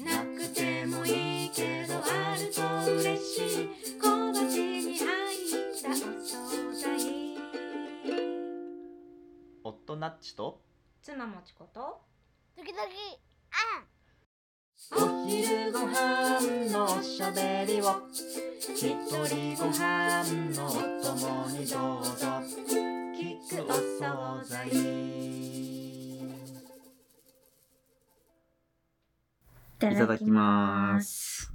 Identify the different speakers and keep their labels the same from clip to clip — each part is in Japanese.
Speaker 1: なくてもいいけどあると嬉しい小鉢に入ったお惣菜
Speaker 2: 夫ナッチと
Speaker 1: 妻もちこと
Speaker 3: 時々
Speaker 2: お昼ご飯のおしゃべりを一人ご飯のお供にどうぞ聞くお惣菜
Speaker 1: いた
Speaker 2: いただきます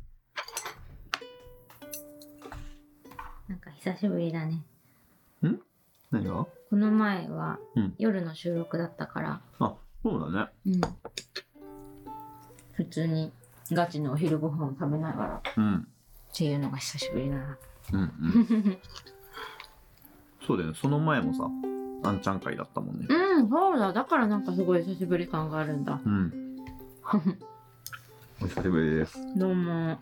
Speaker 1: なんか久しぶりだね
Speaker 2: 何が
Speaker 1: この前は
Speaker 2: うん
Speaker 1: 夜の収録だったから、
Speaker 2: そうだね
Speaker 1: うん普通にガチのお昼ご飯を食べながらっ
Speaker 2: うん
Speaker 1: ていうのが久しぶりだな
Speaker 2: うんうん そうだよねその前もさあんちゃん会だったもんね
Speaker 1: うんそうだだからなんかすごい久しぶり感があるんだ
Speaker 2: うん お久しぶりです
Speaker 1: どう も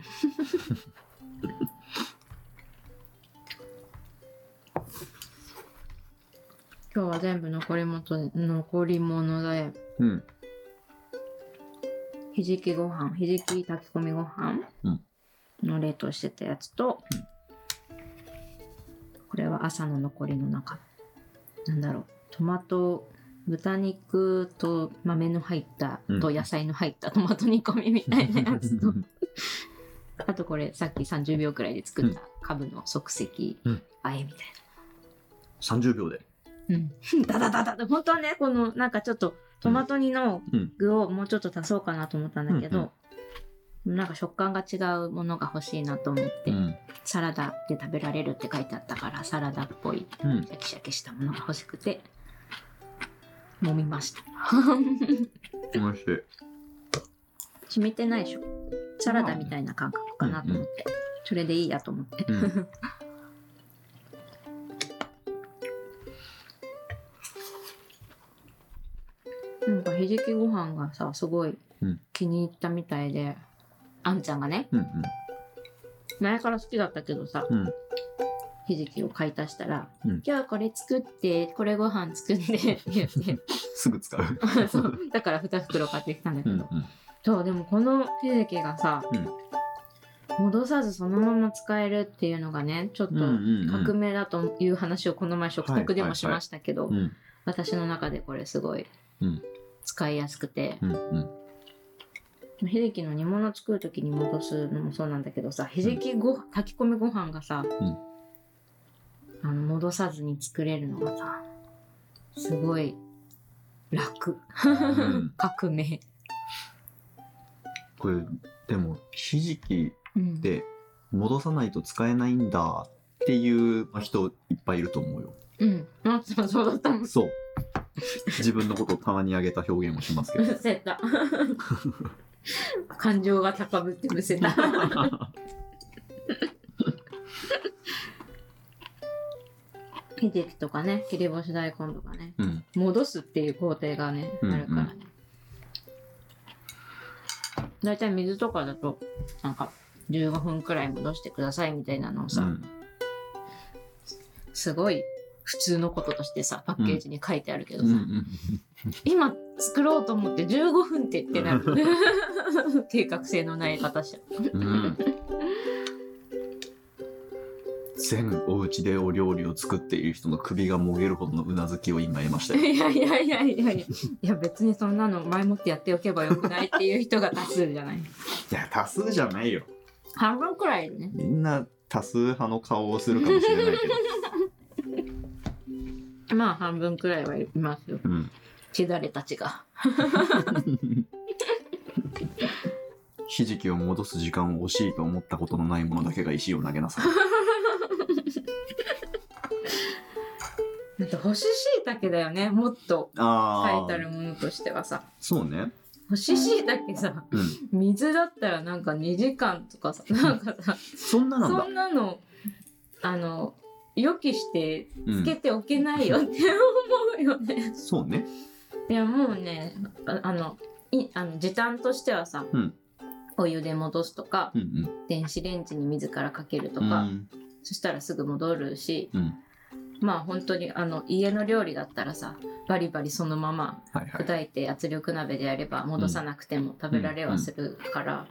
Speaker 1: 今日は全部残り物残り物で
Speaker 2: うん
Speaker 1: ひじきご飯ひじき炊き込みご飯
Speaker 2: うん
Speaker 1: の冷凍してたやつと、これは朝の残りの中なんだろうトマト豚肉と豆の入った、
Speaker 2: うん
Speaker 1: と野菜の入ったトマト煮込みみたいなや つとあとこれさっき30秒くらいで作ったカブの即席
Speaker 2: うん
Speaker 1: あえみたい
Speaker 2: 30秒で
Speaker 1: な、うん、 ダダダダダ本当はねこのなんかちょっとトマト煮の
Speaker 2: うん
Speaker 1: 具をもうちょっと足そうかなと思ったんだけ
Speaker 2: うん
Speaker 1: ど、なんか食感が違うものが欲しいなと思っ
Speaker 2: う
Speaker 1: て、
Speaker 2: ん
Speaker 1: サラダで食べられるって書いてあったからサラダっぽい
Speaker 2: うん
Speaker 1: シャキシャキしたものが欲しくて揉みました
Speaker 2: おいしい
Speaker 1: 染みてないでしょサラダみたいな感覚かなと思って、それでいいやと思って
Speaker 2: うん
Speaker 1: なんかひじきご飯がさすごい
Speaker 2: うん
Speaker 1: 気に入ったみたいで、あんちゃんがね
Speaker 2: うん
Speaker 1: 前から好きだったけどさ
Speaker 2: うんうん
Speaker 1: ひじきを買い足したら「
Speaker 2: うん
Speaker 1: 今日これ作ってこれご飯作って」って 言って
Speaker 2: すぐ使う
Speaker 1: そうだから2袋買ってきたんだけ
Speaker 2: う
Speaker 1: ど、
Speaker 2: んうん
Speaker 1: そうでもこのひじきがさ、戻さずそのまま使えるっていうのがねちょっと
Speaker 2: うんうんうん
Speaker 1: 革命だという話をこの前食卓でもしましたけど、
Speaker 2: うん
Speaker 1: 私の中でこれすごい
Speaker 2: うん
Speaker 1: 使いやすくて、
Speaker 2: うんうん
Speaker 1: ひじきの煮物作る時に戻すのもそうなんだけどさひじきご炊き込みご飯がさ、
Speaker 2: うん
Speaker 1: あの戻さずに作れるのがさすごい楽
Speaker 2: うん
Speaker 1: 革命、
Speaker 2: これでもひじき
Speaker 1: うん
Speaker 2: で戻さないと使えないんだっていうまあ人いっぱいいると思うよ
Speaker 1: うん、あそうそうだったもん
Speaker 2: そう自分のことをたまに上げた表現をしますけ
Speaker 1: む
Speaker 2: ど
Speaker 1: せた 感情が高ぶってむせ たひじきとかね切り干し大根とかね
Speaker 2: うん
Speaker 1: 戻すっていう工程がね、
Speaker 2: うんうん
Speaker 1: あるからねだいたい水とかだとなんか15分くらい戻してくださいみたいなのを
Speaker 2: う
Speaker 1: さ、
Speaker 2: ん
Speaker 1: すごい普通のこととしてさパッケージに書いてあるけど
Speaker 2: う
Speaker 1: さ、
Speaker 2: んうん
Speaker 1: 今作ろうと思って15分ってってなる 計画性のない方 じゃ
Speaker 2: うん全お家でお料理を作っている人の首がもげるほどのうなずきを今得ましたよ。
Speaker 1: いやいやいやいやいやいや別にそんなの前もってやっておけばよくないっていう人が多数じゃない
Speaker 2: いや多数じゃないよ。
Speaker 1: 半分くらいね
Speaker 2: みんな多数派の顔をするかもしれない けど。
Speaker 1: まあ半分くらいはいますよ
Speaker 2: うん、
Speaker 1: しだれたちが
Speaker 2: ひじきを戻す時間を惜しいと思ったことのないものだけが石を投げなさい。
Speaker 1: あと干し椎茸だよねもっと書
Speaker 2: あ
Speaker 1: いてある
Speaker 2: あ
Speaker 1: ものとしてはさ
Speaker 2: そうね。
Speaker 1: 干し椎茸さ
Speaker 2: うん、
Speaker 1: 水だったらなんか2時間とかさなんかさ
Speaker 2: そんななん
Speaker 1: そ
Speaker 2: だ
Speaker 1: ん。なのあの予期して
Speaker 2: う
Speaker 1: つけ
Speaker 2: ん、
Speaker 1: ておけないよって思うよね。
Speaker 2: そうね。
Speaker 1: いやもうねああのいあの時短としてはさ、
Speaker 2: うん
Speaker 1: お湯で戻すとか
Speaker 2: うんうん。
Speaker 1: 電子レンジに自らかけるとか、
Speaker 2: うん
Speaker 1: そしたらすぐ戻るし、
Speaker 2: うん
Speaker 1: まあ本当にあの家の料理だったらさバリバリそのまま
Speaker 2: はいはい。
Speaker 1: 砕いて圧力鍋でやれば戻さなくても食べられはするから、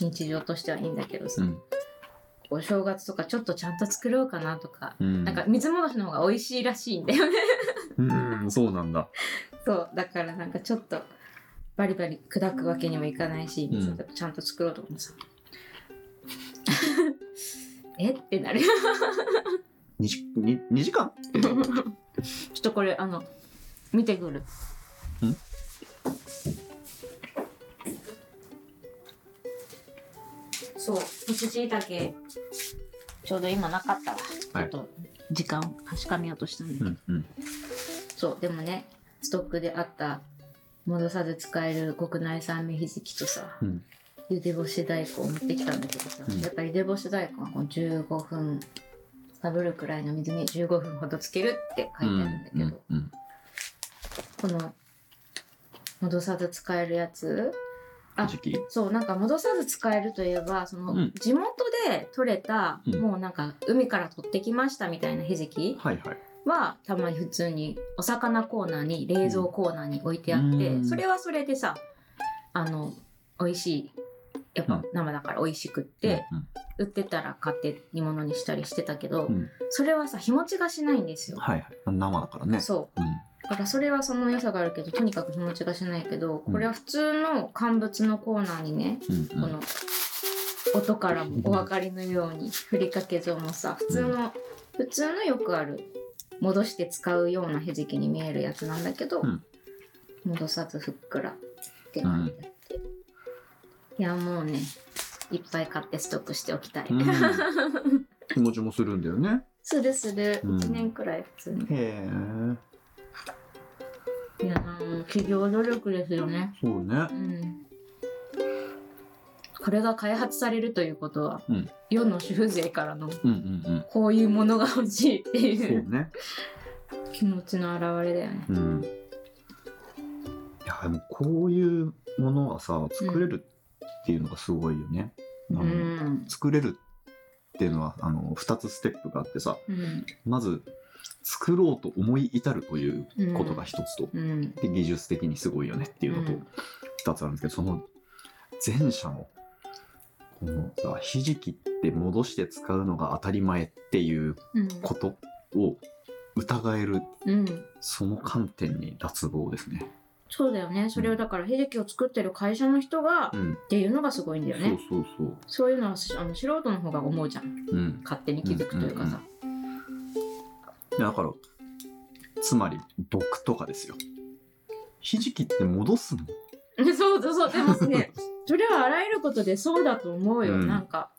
Speaker 1: 日常としてはいいんだけどさ、
Speaker 2: うん
Speaker 1: お正月とかちょっとちゃんと作ろうかなとか、
Speaker 2: うん。
Speaker 1: なんか水戻しの方が美味しいらしいんだよね
Speaker 2: うん、そうなんだ。
Speaker 1: そうだからなんかちょっとバリバリ砕くわけにもいかないし、
Speaker 2: うん
Speaker 1: ちゃんと作ろうと思ってさ えってなる
Speaker 2: 二時に二時間
Speaker 1: ちょっとこれあの見てくる
Speaker 2: ん
Speaker 1: そう干し椎茸ちょうど今なかったわ、
Speaker 2: はい
Speaker 1: ちょっと時間を確かめようとしたんだけど、
Speaker 2: うんうん。
Speaker 1: そうでもねストックであった戻さず使える国内産芽ひじきとさ、
Speaker 2: うん
Speaker 1: ゆで干し大根を持ってきたんだけどさ、
Speaker 2: うん
Speaker 1: やっぱりゆで干し大根はこう15分かぶるくらいの水に15分ほどつけるって書いてあるんだけど、
Speaker 2: うんうん
Speaker 1: この戻さず使えるやつ
Speaker 2: うん。
Speaker 1: あ
Speaker 2: 時期。
Speaker 1: そうなんか戻さず使えるといえばその、
Speaker 2: うん
Speaker 1: 地元で採れた、
Speaker 2: うん
Speaker 1: もうなんか海から取ってきましたみたいなひじき、
Speaker 2: はいはい。
Speaker 1: はたまに普通にお魚コーナーに冷蔵コーナーに置いてあって、
Speaker 2: うん
Speaker 1: それはそれでさあの美味しいやっ
Speaker 2: う
Speaker 1: ぱ
Speaker 2: ん
Speaker 1: 生だから美味しくって、売ってたら買って煮物にしたりしてたけど、
Speaker 2: うん、うん。
Speaker 1: それはさ日持ちがしないんですよ。
Speaker 2: はいはい。生だからね。
Speaker 1: そう
Speaker 2: うん。
Speaker 1: だからそれはその良さがあるけどとにかく日持ちがしないけどこれは普通の乾物のコーナーにね、
Speaker 2: うんうん
Speaker 1: この音からもお分かりのようにふりかけ状もさ普通の普通のよくある戻して使うようなひじきに見えるやつなんだけど、
Speaker 2: うん
Speaker 1: 戻さずふっくらって感じだって、いやもうねいっぱい買ってストックしておきたい、
Speaker 2: うん、気持ちもするんだよね。
Speaker 1: するする
Speaker 2: うん
Speaker 1: 1年くらい普通に、
Speaker 2: へえ。
Speaker 1: いやー企業努力ですよね
Speaker 2: そうね
Speaker 1: う。んこれが開発されるということは、
Speaker 2: うん
Speaker 1: 世の主婦勢からの
Speaker 2: うんうん
Speaker 1: こういうものが欲しいって
Speaker 2: うん。
Speaker 1: い
Speaker 2: そう
Speaker 1: う
Speaker 2: ね。
Speaker 1: 気持ちの表れだよね。
Speaker 2: うん。いやでもこういうものがさ作れるっていうのがすごいよね。
Speaker 1: う
Speaker 2: あの
Speaker 1: ん。
Speaker 2: 作れるっていうのはあの2つステップがあってさ
Speaker 1: うん。
Speaker 2: まず作ろうと思い至るということが一つと、
Speaker 1: うん。
Speaker 2: で技術的にすごいよねっていうのと
Speaker 1: うん
Speaker 2: 2つあるんですけどその前者のこのさひじきって戻して使うのが当たり前っていう
Speaker 1: うん。
Speaker 2: ことを疑える
Speaker 1: うん。
Speaker 2: その観点に脱帽ですね。
Speaker 1: そうだよね。それをだから、ひじきを作ってる会社の人が、
Speaker 2: うん、
Speaker 1: っていうのがすごいんだよね。
Speaker 2: そうそう
Speaker 1: そういうのはあの素人の方が思うじゃん。
Speaker 2: そう。うん、
Speaker 1: 勝手に気づくというかさ。
Speaker 2: だからつまり僕とかですよ。ひじきって戻すの
Speaker 1: そうそうそう。でも ね、それはあらゆることでそうだと思うよ。
Speaker 2: うん
Speaker 1: なんか、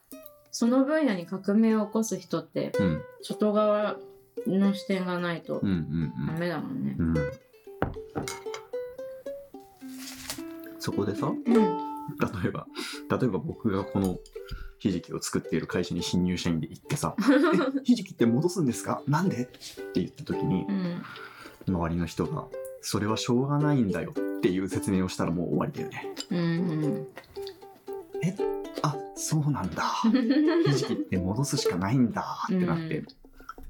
Speaker 1: その分野に革命を起こす人って、
Speaker 2: うん
Speaker 1: 外側の視点がないと
Speaker 2: うん
Speaker 1: ダメだもんね
Speaker 2: う。んうんうんそこでさ
Speaker 1: うん。
Speaker 2: 例えば例えば僕がこのひじきを作っている会社に新入社員で行って さ「えひじきって戻すんですかなんで?」って言った時に
Speaker 1: うん。
Speaker 2: 周りの人が「それはしょうがないんだよ」っていう説明をしたらもう終わりだよね。
Speaker 1: うん。
Speaker 2: あそうなんだ
Speaker 1: うん。
Speaker 2: ひじきって戻すしかないんだってなって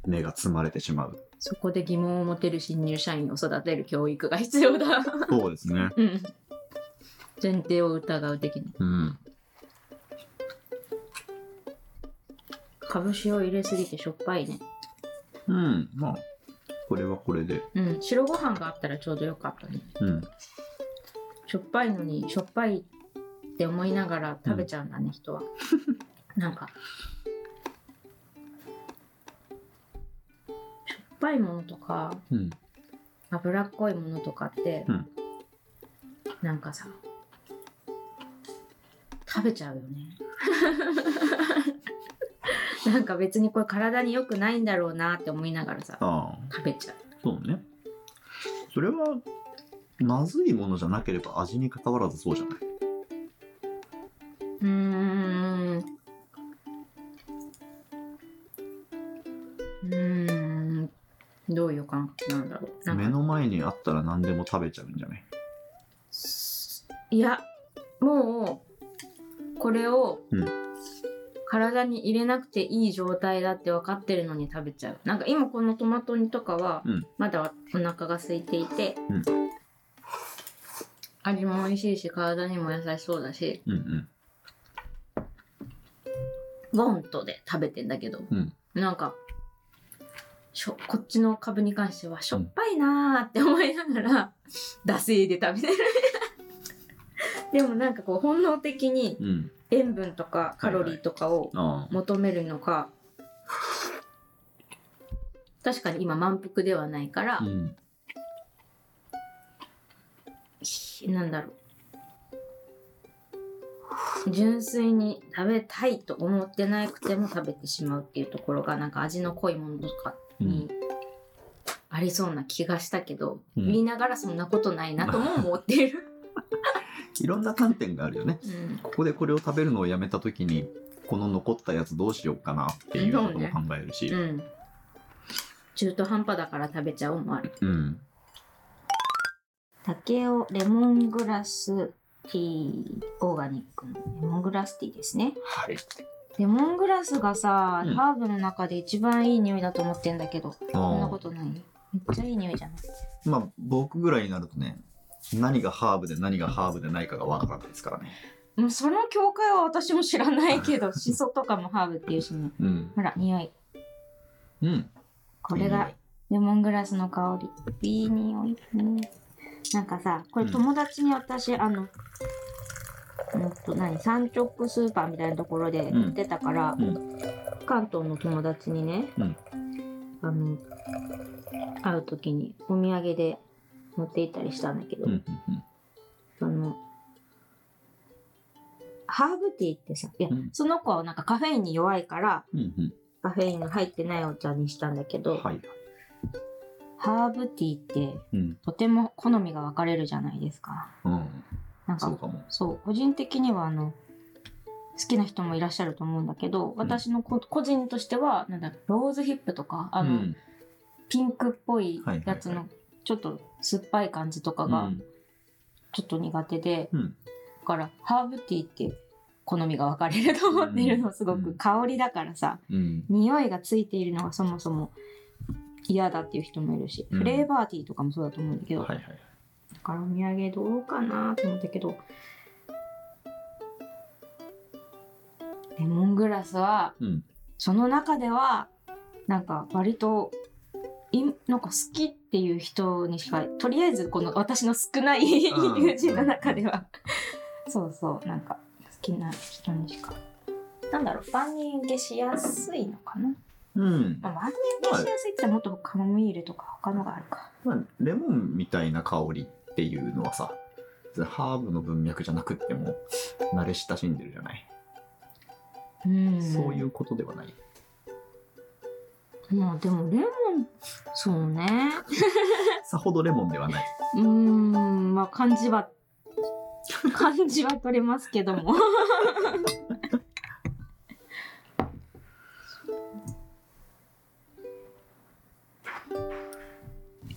Speaker 2: 目がつまれてしまう。
Speaker 1: そこで疑問を持てる新入社員を育てる教育が必要だ。
Speaker 2: そうですね。
Speaker 1: うん。前提を疑う的な。
Speaker 2: うん。
Speaker 1: かぶしを入れすぎてしょっぱいね。
Speaker 2: うん。まあ、これはこれで。
Speaker 1: うん。白ご飯があったらちょうどよかったね。
Speaker 2: うん。
Speaker 1: しょっぱいのに、しょっぱいって思いながら食べちゃうんだね、人は。なんか。しょっぱいものとか、
Speaker 2: うん。
Speaker 1: 脂っこいものとかって、
Speaker 2: うん
Speaker 1: なんかさ食べちゃうよねなんか別にこれ体に良くないんだろうなって思いながらさ
Speaker 2: ああ、
Speaker 1: 食べちゃう
Speaker 2: そうね。それは、まずいものじゃなければ味に関わらずそうじゃない。
Speaker 1: うーんうーんどういう感覚なんだろうなんか
Speaker 2: 目の前にあったら何でも食べちゃうんじゃない。
Speaker 1: いやもうこれを
Speaker 2: うん
Speaker 1: 体に入れなくていい状態だって分かってるのに食べちゃうなんか今このトマト煮とかは
Speaker 2: うん
Speaker 1: まだお腹が空いていて、
Speaker 2: うん
Speaker 1: 味も美味しいし体にも優しそうだし
Speaker 2: うんうん
Speaker 1: ゴンとで食べてんだけど、
Speaker 2: うん
Speaker 1: なんかしょこっちの株に関してはしょっぱいなーって思いながら惰性で食べてる でもなんかこう本能的に
Speaker 2: うん
Speaker 1: 塩分とかカロリーとかを
Speaker 2: ああ
Speaker 1: 求めるのか、確かに今満腹ではないから
Speaker 2: う、ん
Speaker 1: しなんだろう純粋に食べたいと思ってなくても食べてしまうっていうところがなんか味の濃いものとかにありそうな気がしたけど、
Speaker 2: うん
Speaker 1: 言いながらそんなことないなとも思ってる。
Speaker 2: いろんな観点があるよね
Speaker 1: うん
Speaker 2: ここでこれを食べるのをやめた時にこの残ったやつどうしようかなっていうことも考えるし、
Speaker 1: うん中途半端だから食べちゃおうもある。
Speaker 2: うん
Speaker 1: 竹をレモングラスティーオーガニックのレモングラスティーですね
Speaker 2: はい
Speaker 1: レモングラスがさ、
Speaker 2: うん
Speaker 1: ハーブの中で一番いい匂いだと思ってんだけどそんな
Speaker 2: あ
Speaker 1: ことないめっちゃいい匂いじゃない
Speaker 2: あまあ僕ぐらいになるとね何がハーブで何がハーブでないかがわからないですからね
Speaker 1: もうその境界は私も知らないけどシソとかもハーブっていうしね
Speaker 2: うん
Speaker 1: ほら匂い
Speaker 2: うん
Speaker 1: これがレモングラスの香りいい匂いねなんかさこれ友達に私、あのうんと何産直スーパーみたいなところで
Speaker 2: うん
Speaker 1: 売ってたから、
Speaker 2: う
Speaker 1: 関東の友達にね、
Speaker 2: うん
Speaker 1: あの会う時にお土産で持って行ったりしたんだけど、
Speaker 2: うん
Speaker 1: そのハーブティーってさいや、
Speaker 2: うん
Speaker 1: その子はなんかカフェインに弱いから
Speaker 2: うんうんうん
Speaker 1: カフェインの入ってないお茶にしたんだけ
Speaker 2: う
Speaker 1: ど、
Speaker 2: んはい
Speaker 1: ハーブティーって
Speaker 2: うん
Speaker 1: とても好みが分かれるじゃないですか。
Speaker 2: うん
Speaker 1: なんか
Speaker 2: そ
Speaker 1: そうう
Speaker 2: かも
Speaker 1: 個人的にはあの好きな人もいらっしゃると思うんだけど私のこ個人としてはなんだローズヒップとかあ
Speaker 2: う
Speaker 1: の、
Speaker 2: ん
Speaker 1: ピンクっぽい
Speaker 2: はいはいはい
Speaker 1: やつのちょっと酸っぱい感じとかがちょっと苦手で、
Speaker 2: うん
Speaker 1: だからハーブティーって好みが分かれると思ってるのすご
Speaker 2: う
Speaker 1: く
Speaker 2: ん
Speaker 1: 香りだからさ
Speaker 2: うん
Speaker 1: 匂いがついているのがそもそも嫌だっていう人もいるし、
Speaker 2: うん
Speaker 1: フレーバーティーとかもそうだと思うんだけ
Speaker 2: うん
Speaker 1: ど、
Speaker 2: はいはい
Speaker 1: だからお土産どうかなと思ったけどレモングラスは
Speaker 2: うん
Speaker 1: その中ではなんか割といなんか好きっていう人にしかとりあえずこの私の少ない
Speaker 2: うん
Speaker 1: 友人の中ではそうそうなんか好きな人にしかなんだろう万人受けしやすいのかな、
Speaker 2: うん
Speaker 1: まあ、万人受けしやすいってもっとカモミールとか他のがあるか
Speaker 2: まあ、レモンみたいな香りっていうのはさ別にハーブの文脈じゃなくっても慣れ親しんでるじゃない、
Speaker 1: うん
Speaker 2: そういうことではない
Speaker 1: まあでもレモンそうね
Speaker 2: さほどレモンではないう
Speaker 1: ーんまあ漢字は 漢字は取れますけども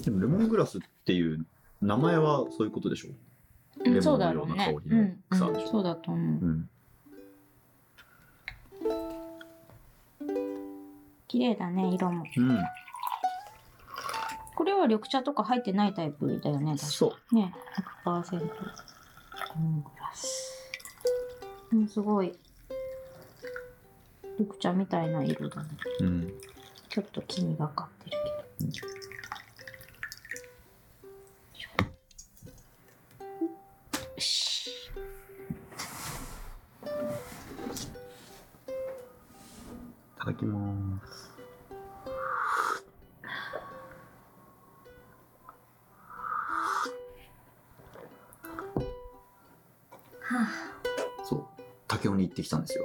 Speaker 2: でもレモングラスっていう名前はそういうことでしょレ
Speaker 1: そ
Speaker 2: モ
Speaker 1: う
Speaker 2: ン
Speaker 1: だ
Speaker 2: のよ
Speaker 1: ろう
Speaker 2: うな香
Speaker 1: ね
Speaker 2: りの草でしょ
Speaker 1: うんうんそうだと思う
Speaker 2: うん
Speaker 1: 綺麗だね色も
Speaker 2: うん
Speaker 1: これは緑茶とか入ってないタイプだよね確
Speaker 2: そう
Speaker 1: かね100%レモングラスうんすごい緑茶みたいな色だね
Speaker 2: うん、
Speaker 1: ちょっと気にがかってるけど。よし
Speaker 2: いただきますそう武雄に行ってきたんですよ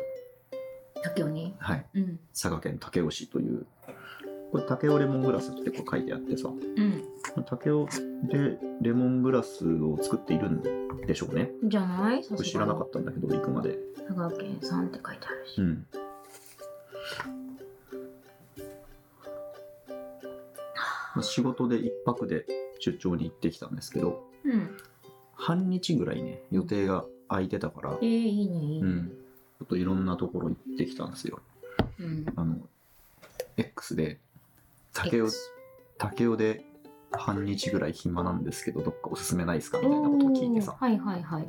Speaker 1: 竹雄に
Speaker 2: はい
Speaker 1: うん
Speaker 2: 佐賀県武雄市というこれ武雄レモングラスってこう書いてあってさ
Speaker 1: う
Speaker 2: 竹雄でレモングラスを作っているんでしょうね
Speaker 1: んじゃないさ
Speaker 2: これ
Speaker 1: す
Speaker 2: 知らな
Speaker 1: が
Speaker 2: かったんだけど行くまで
Speaker 1: 佐賀県さんって書いてあるし
Speaker 2: うんまあ仕事で一泊で出張に行ってきたんですけど
Speaker 1: うん
Speaker 2: 半日ぐらいね予定が空いてたから
Speaker 1: えー、いいねいいね、
Speaker 2: うんょっといろんなところ行ってきたんですよ。
Speaker 1: うん。
Speaker 2: あの、X で、竹を
Speaker 1: X、
Speaker 2: 竹雄で半日ぐらい暇なんですけど、どっかおすすめないですかみたいなことを聞いてさ
Speaker 1: お。ーはいはいはい。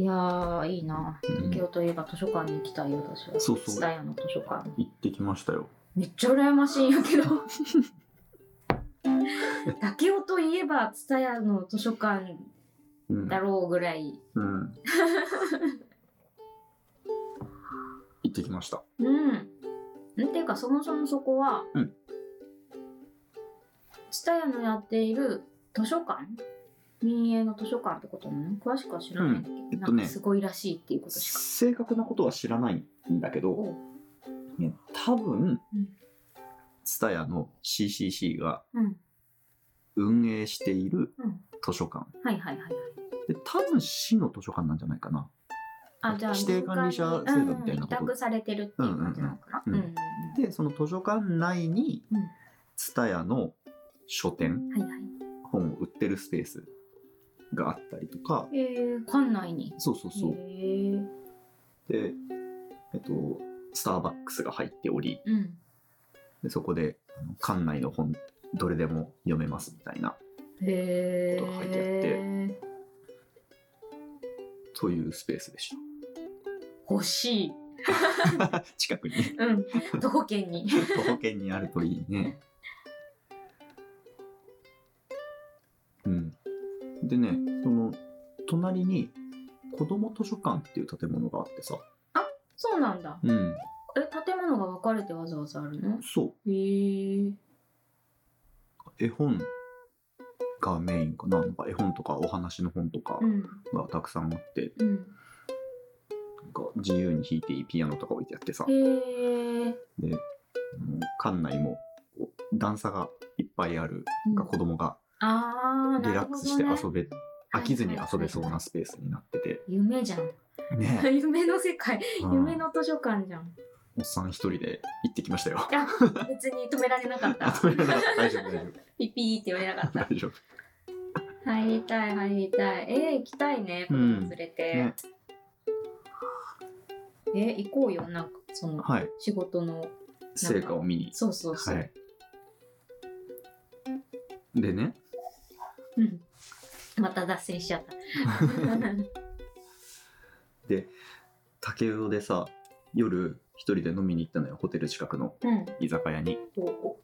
Speaker 1: いやー、いいな。
Speaker 2: うん
Speaker 1: 東京といえば図書館に行きたいよ、私は。
Speaker 2: そうそう
Speaker 1: 蔦屋の図書館。
Speaker 2: 行ってきましたよ。
Speaker 1: めっちゃ羨ましいんやけど。 竹雄といえば、蔦屋の図書館
Speaker 2: うん
Speaker 1: だろうぐらい。
Speaker 2: うん。行ってきました。
Speaker 1: うん。んていうか、そもそもそこは
Speaker 2: うん、
Speaker 1: 蔦屋のやっている図書館民営の図書館ってことなの詳しくは知らないんだけど、
Speaker 2: えっとね
Speaker 1: なんかすごいらしいっていうことしか。
Speaker 2: 正確なことは知らないんだけど、
Speaker 1: おう
Speaker 2: ね、多分
Speaker 1: うん、
Speaker 2: ツタヤの CCC が
Speaker 1: うん。
Speaker 2: 運営している
Speaker 1: うん。
Speaker 2: 図書館。
Speaker 1: はいはいはいはい。
Speaker 2: で、多分市の図書館なんじゃないかな。
Speaker 1: あ、じゃあ、
Speaker 2: 指定管理者制度みたいなこと
Speaker 1: うん委託されてるっていう感じなのかな。
Speaker 2: うんうんうんで、その図書館内に
Speaker 1: うん、
Speaker 2: ツタヤの書店、
Speaker 1: はいはい。
Speaker 2: 本を売ってるスペースがあったりとか、
Speaker 1: えー、館内に。
Speaker 2: そうそうそう。
Speaker 1: へー
Speaker 2: で、えっと、スターバックスが入っており、
Speaker 1: うん。
Speaker 2: でそこであの館内の本どれでも読めますみたいな
Speaker 1: へ
Speaker 2: ことが書いてあ
Speaker 1: え。
Speaker 2: というスペースでし
Speaker 1: 欲しい。
Speaker 2: た近くに
Speaker 1: うん。徒歩圏に。
Speaker 2: 徒歩圏にあるといいねうんでねその隣に子ども図書館っていう建物があってさ
Speaker 1: そうなんだ。
Speaker 2: うん
Speaker 1: え、建物が分かれてわざわざあるの
Speaker 2: そ
Speaker 1: へえ。
Speaker 2: う絵本がメインかななんか絵本とかお話の本とか
Speaker 1: うん。
Speaker 2: がたくさんあって、
Speaker 1: うん。
Speaker 2: なんか自由に弾いていいピアノとか置いてあってさ、
Speaker 1: へえ。
Speaker 2: で、あの館内もこう段差がいっぱいある、
Speaker 1: うん
Speaker 2: なんか子供が
Speaker 1: ああ、
Speaker 2: リ
Speaker 1: なる
Speaker 2: ラッ
Speaker 1: ほ
Speaker 2: ク
Speaker 1: ど、
Speaker 2: ス
Speaker 1: ね。
Speaker 2: して遊べ、飽きずに遊べそう
Speaker 1: はいはいはいは
Speaker 2: ないスペースになってて、
Speaker 1: 夢じゃん。
Speaker 2: ね、
Speaker 1: 夢の世界。
Speaker 2: うん
Speaker 1: 夢の図書館じゃん。
Speaker 2: おっさん一人で行ってきましたよ。
Speaker 1: あ、別に止められなかった。
Speaker 2: あ止められなか った大丈夫大丈
Speaker 1: ピピーって言われなかっ
Speaker 2: 夫
Speaker 1: た。
Speaker 2: 大丈夫。
Speaker 1: 入りたい、入りたい。えー、行きたいね、子供連れて
Speaker 2: ね。、
Speaker 1: えー、行こうよ、なんか、その、
Speaker 2: はい、
Speaker 1: 仕事の。
Speaker 2: 成果を見に。
Speaker 1: そうそうそう。
Speaker 2: はい。でね、
Speaker 1: うんまた脱線しちゃった。
Speaker 2: で、竹雄でさ、夜一人で飲みに行ったのよ、ホテル近くの
Speaker 1: うん。
Speaker 2: 居酒屋に。
Speaker 1: こ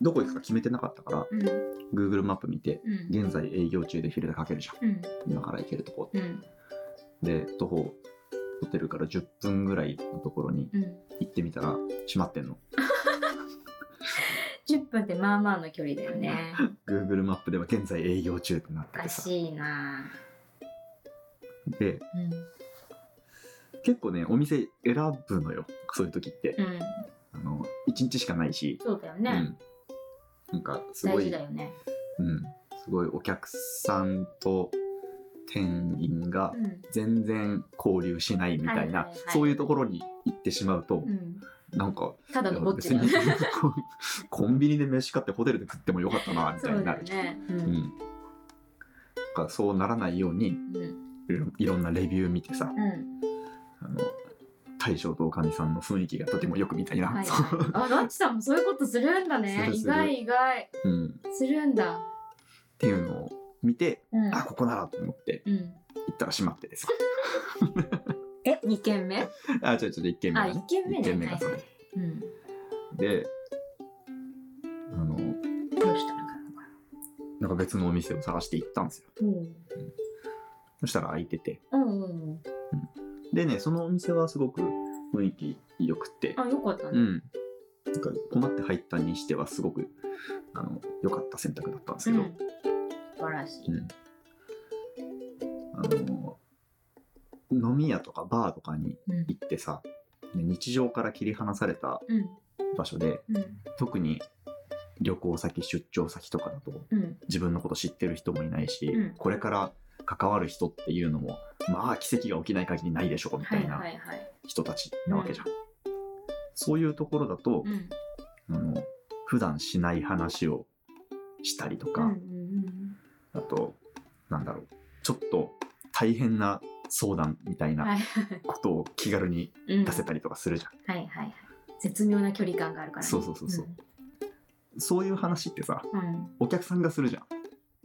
Speaker 2: どこ行くか決めてなかったから、
Speaker 1: ううん。う
Speaker 2: Google マップ見て、
Speaker 1: ん。
Speaker 2: 現在営業中で昼でかけるじゃん
Speaker 1: うん。
Speaker 2: 今から行けるとこ
Speaker 1: うん。
Speaker 2: で徒歩ホテルから10分ぐらいのところに
Speaker 1: うん。
Speaker 2: 行ってみたら閉まってんの
Speaker 1: 10分ってまあまあの距離だよね。
Speaker 2: Google マップでは現在営業中ってなっ
Speaker 1: お
Speaker 2: て
Speaker 1: か
Speaker 2: てさ
Speaker 1: しいな
Speaker 2: で
Speaker 1: ぁ。うん。
Speaker 2: 結構ねお店選ぶのよそういう時って、
Speaker 1: うん。
Speaker 2: あの1日しかないし、
Speaker 1: そうだよ
Speaker 2: う
Speaker 1: ね。
Speaker 2: ん、なんかす
Speaker 1: 大
Speaker 2: ご
Speaker 1: 事
Speaker 2: い、
Speaker 1: だよね。
Speaker 2: うん、すごいお客さんと店員が
Speaker 1: うん。
Speaker 2: 全然交流しないみたいな、
Speaker 1: はいはいはい
Speaker 2: そういうところに行ってしまうと
Speaker 1: う、ん。
Speaker 2: なんか
Speaker 1: ただのぼっち
Speaker 2: 別
Speaker 1: だ
Speaker 2: に
Speaker 1: よね。
Speaker 2: コンビニで飯買ってホテルで食ってもよかったなみ
Speaker 1: そ
Speaker 2: たいに
Speaker 1: う
Speaker 2: な
Speaker 1: だよ
Speaker 2: る。
Speaker 1: ね。う。
Speaker 2: うんん、だからそうならないように
Speaker 1: うん。
Speaker 2: いろいろんなレビュー見てさ
Speaker 1: うん。
Speaker 2: あの大将とおかみさんの雰囲気がとてもよくみたいな、
Speaker 1: はい、
Speaker 2: そ
Speaker 1: はい。あ、ナッチさんもそういうことするんだね
Speaker 2: す。る
Speaker 1: 意
Speaker 2: する
Speaker 1: 外意外。
Speaker 2: ううん、っ
Speaker 1: するんだ。
Speaker 2: ていうのを見て、
Speaker 1: うん。
Speaker 2: あここならと思って
Speaker 1: うん。
Speaker 2: 行ったら閉まっててさ
Speaker 1: え、二軒目。
Speaker 2: あちょっと1軒目
Speaker 1: あ、
Speaker 2: がね
Speaker 1: 一軒目ね。
Speaker 2: 一軒目がそ
Speaker 1: は
Speaker 2: れ
Speaker 1: いはい。うん。ど
Speaker 2: であの
Speaker 1: うしたのかな。
Speaker 2: なんか別のお店を探して行ったんですよ
Speaker 1: うん。
Speaker 2: そしたら空いてて
Speaker 1: うんうんうん。
Speaker 2: でねそのお店はすごく雰囲気良くて、
Speaker 1: あ、よかった
Speaker 2: う
Speaker 1: ね。
Speaker 2: ん、なんか困って入ったにしてはすごくあの良かった選択だったんですけど、
Speaker 1: うん素晴らしい。
Speaker 2: うんあの飲み屋とかバーとかに
Speaker 1: うん。
Speaker 2: 行ってさね日常から切り離された
Speaker 1: うん。
Speaker 2: 場所で
Speaker 1: うん。
Speaker 2: 特に旅行先出張先とかだと
Speaker 1: うん。
Speaker 2: 自分のこと知ってる人もいないし、
Speaker 1: うん
Speaker 2: これから関わる人っていうのもまあ奇跡が起きない限りないでしょうみ
Speaker 1: は
Speaker 2: た
Speaker 1: い
Speaker 2: いな
Speaker 1: はいはい。
Speaker 2: 人たちなわけじゃん。そういうところだと、
Speaker 1: うん。
Speaker 2: あの普段しない話をしたりとか、
Speaker 1: うんうんうん
Speaker 2: あとなんだろうちょっと大変な相談みたい
Speaker 1: は
Speaker 2: ないことを気軽に
Speaker 1: うん
Speaker 2: 出せたりとかするじゃん、
Speaker 1: はいはいはい絶妙な距離感があるからね
Speaker 2: そうそうそうそう、そういう話ってさ
Speaker 1: うんうん
Speaker 2: お客さんがするじゃん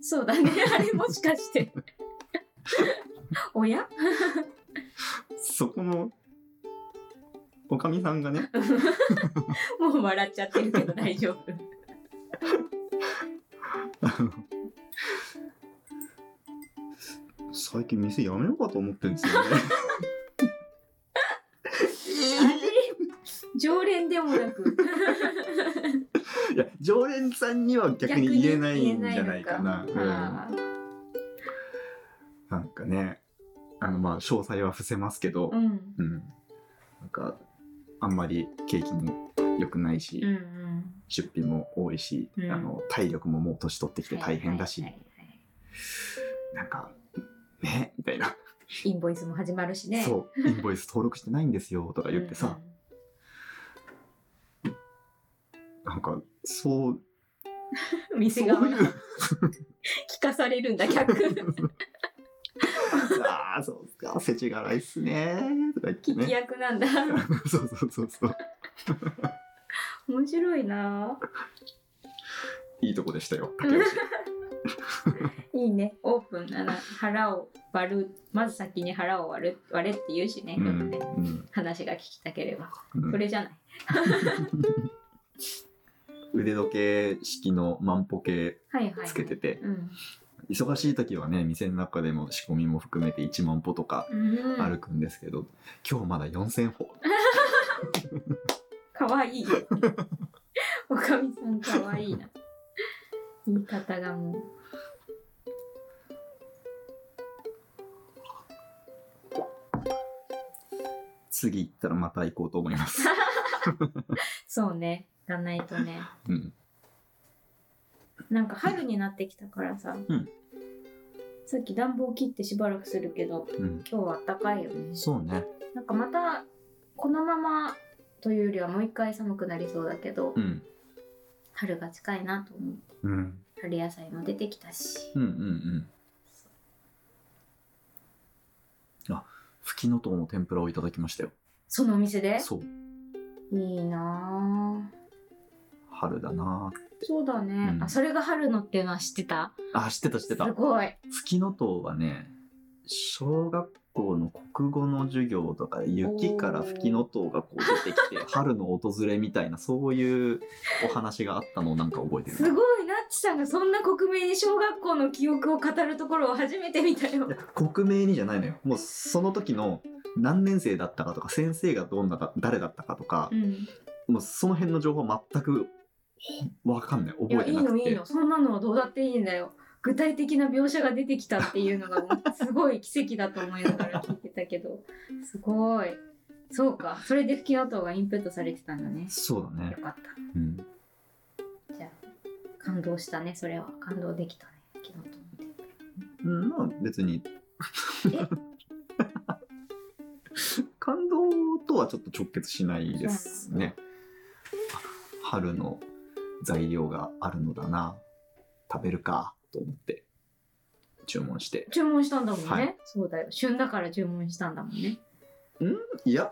Speaker 1: そうだ ね、あれもしかして。 おや
Speaker 2: そこのおかみさんがね
Speaker 1: もう笑っちゃってるけど大丈 夫。
Speaker 2: あの最近店やめようかと思ってるんですよね
Speaker 1: 常連でもなく。
Speaker 2: いや常連さんには 逆に言えないんじゃないかな
Speaker 1: 逆に言えないの
Speaker 2: う
Speaker 1: か
Speaker 2: ん、なんかねあのまあ詳細は伏せますけど
Speaker 1: あー、うん。
Speaker 2: うんなんかあんまり景気も良くないし、
Speaker 1: うんうん。
Speaker 2: 出費も多いし、
Speaker 1: うん
Speaker 2: あの体力ももう年取ってきて大変だし、
Speaker 1: はいはいはいはい
Speaker 2: なんかねみたいな、
Speaker 1: インボイスも始まるしね。
Speaker 2: そうインボイス登録してないんですよとか言ってさ、なんかそう
Speaker 1: うんうん。店
Speaker 2: そう
Speaker 1: 側
Speaker 2: い
Speaker 1: に
Speaker 2: う
Speaker 1: 聞かされるんだ、逆。
Speaker 2: ああそうっすか世知辛いっすねーとか言って
Speaker 1: 聞き
Speaker 2: ね
Speaker 1: 役なんだ。
Speaker 2: そうそうそうそう
Speaker 1: 面白いない
Speaker 2: いとこでしたよ竹内
Speaker 1: いいね。オープンなら腹を割る。まず先に腹を割る割れって 言うしね。
Speaker 2: う
Speaker 1: よ
Speaker 2: ん
Speaker 1: く
Speaker 2: う
Speaker 1: ね
Speaker 2: ん
Speaker 1: 話が聞きたければ。
Speaker 2: うん
Speaker 1: それじゃない。
Speaker 2: 腕時計式の万歩計
Speaker 1: はいはいはい。
Speaker 2: つけてて、
Speaker 1: うん。
Speaker 2: 忙しい時はね店の中でも仕込みも含めて1万歩とか
Speaker 1: うん
Speaker 2: 歩くんですけど、今日まだ4,000歩
Speaker 1: かわいい。おかみさんかわい いな。言い方がもう。
Speaker 2: 次行ったらまた行こうと思い ます。
Speaker 1: そうね。行かないとね。
Speaker 2: うん、
Speaker 1: なんか春になってきたからさ。
Speaker 2: うん
Speaker 1: さっき暖房切ってしばらくするけど、
Speaker 2: うん、
Speaker 1: 今日は暖かいよね。
Speaker 2: そうね。
Speaker 1: なんかまた、このままというよりはもう一回寒くなりそうだけど、
Speaker 2: うん、
Speaker 1: 春が近いなと思う。
Speaker 2: うん、
Speaker 1: 春野菜も出てきたし。
Speaker 2: うん、うん、うん。あ、ふきのとうの天ぷらをいただきましたよ。
Speaker 1: そのお店で
Speaker 2: そう、
Speaker 1: いいなぁ。
Speaker 2: 春だなぁ。
Speaker 1: そうだね、
Speaker 2: うん
Speaker 1: あ、それが春のっていうのは知ってた
Speaker 2: あ、知ってた、知ってた
Speaker 1: す。ごい。
Speaker 2: ふきのとうはね、小学校の国語の授業とかで雪からふきのとうがこう出てきて、春の訪れみたいな、そういうお話があったのをなんか覚えてるな。
Speaker 1: すごいナッチさんがそんな克明に小学校の記憶を語るところを初めて見たよ
Speaker 2: いや克明にじゃないのよもうその時の何年生だったかとか先生がどんなか誰だったかとか
Speaker 1: う、ん
Speaker 2: もうその辺の情報は全くわかんない
Speaker 1: い
Speaker 2: 覚
Speaker 1: や
Speaker 2: え
Speaker 1: い
Speaker 2: て
Speaker 1: い
Speaker 2: なく
Speaker 1: の
Speaker 2: て
Speaker 1: いいのそんなのはどうだっていいんだよ具体的な描写が出てきたっていうのがも うすごい奇跡だと思いながら聞いてたけどすごいそうかそれで吹きの塔がインプットされてたんだね
Speaker 2: そうだね
Speaker 1: よ、かっ
Speaker 2: うん、
Speaker 1: たじゃあ感動したねそれは感動できたね吹きの塔
Speaker 2: うんまあ別 に感動とはちょっと直結しないですねあ春の材料があるのだな食べるかと思って注文して
Speaker 1: 注文したんだもんね、
Speaker 2: はい
Speaker 1: そうだよ旬だから注文したんだもんね
Speaker 2: いや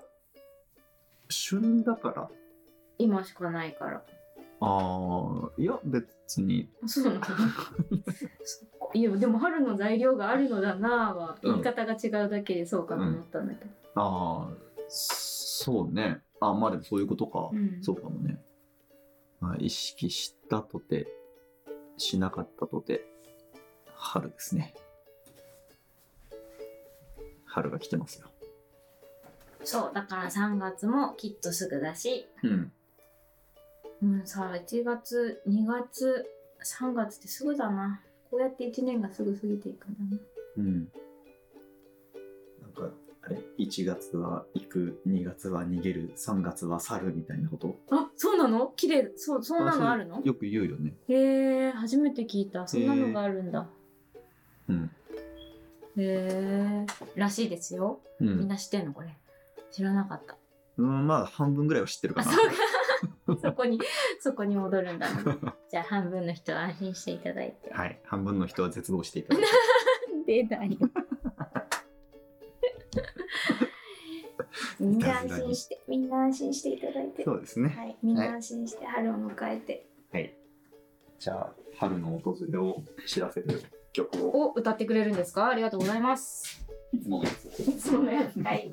Speaker 2: 旬だから
Speaker 1: 今しかないから
Speaker 2: ああ、いや、別に。
Speaker 1: そう なのいやでも春の材料があるのだなぁは
Speaker 2: うん
Speaker 1: 言い方が違うだけでそうかと思ったんだけど、
Speaker 2: ああ、そうね。あまあでもそういうことか。
Speaker 1: うん
Speaker 2: そうかもね。まあ、意識したとて、しなかったとて、春ですね。春が来てますよ。
Speaker 1: そうだから3月もきっとすぐだし、
Speaker 2: うん。
Speaker 1: うん、さあ1月2月3月ってすぐだなこうやって1年がすぐ過ぎていくんだな
Speaker 2: うん。なんか、あれ ?1 月は行く、2月は逃げる、3月は去るみたいなこと。
Speaker 1: あそうなの綺麗そうそんなのあるの
Speaker 2: よく言うよね。
Speaker 1: へえ初めて聞いたそんなのがあるんだ
Speaker 2: うん。
Speaker 1: へえらしいですよ
Speaker 2: う
Speaker 1: みん
Speaker 2: ん。
Speaker 1: な知ってんのこれ知らなかった
Speaker 2: うん、まあ、半分ぐらいは知ってるか
Speaker 1: あ
Speaker 2: な。
Speaker 1: そうかそこにそこに戻るんだ、 ね、じゃあ半分の人は安心していただいて
Speaker 2: はい、半分の人は絶望していただいて
Speaker 1: 出ないよみんな安心して、みんな安心していただいて。
Speaker 2: そうですね。
Speaker 1: はい、みんな安心して春を迎えて。
Speaker 2: はい。じゃあ、春の訪れを知らせる曲 を。
Speaker 4: を歌ってくれるんですかありがとうございます。
Speaker 2: いつものやつ
Speaker 1: いつものやつはい。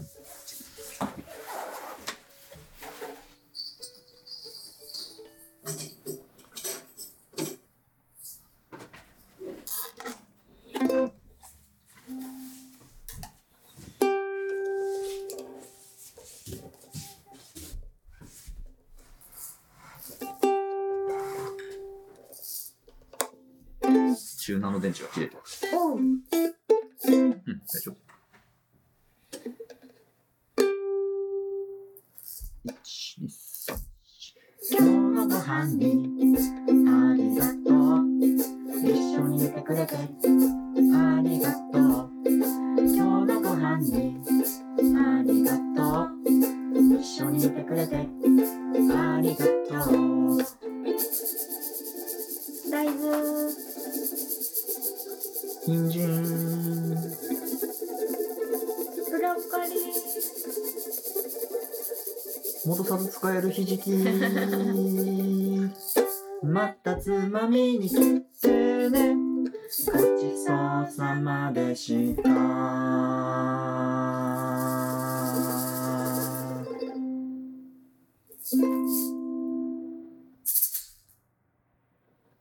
Speaker 2: 中7電池が切れてます。
Speaker 4: おう
Speaker 2: うん、大丈夫。一二三
Speaker 5: 今日のご飯にありがとう一緒にいてくれてありがとう今日のご飯にありがとう一緒にいてくれてありがとう
Speaker 1: 大豆。
Speaker 5: 人参
Speaker 1: ブロッコリー。
Speaker 5: 戻さず使えるひじき またつまみに切ってねごちそうさまでした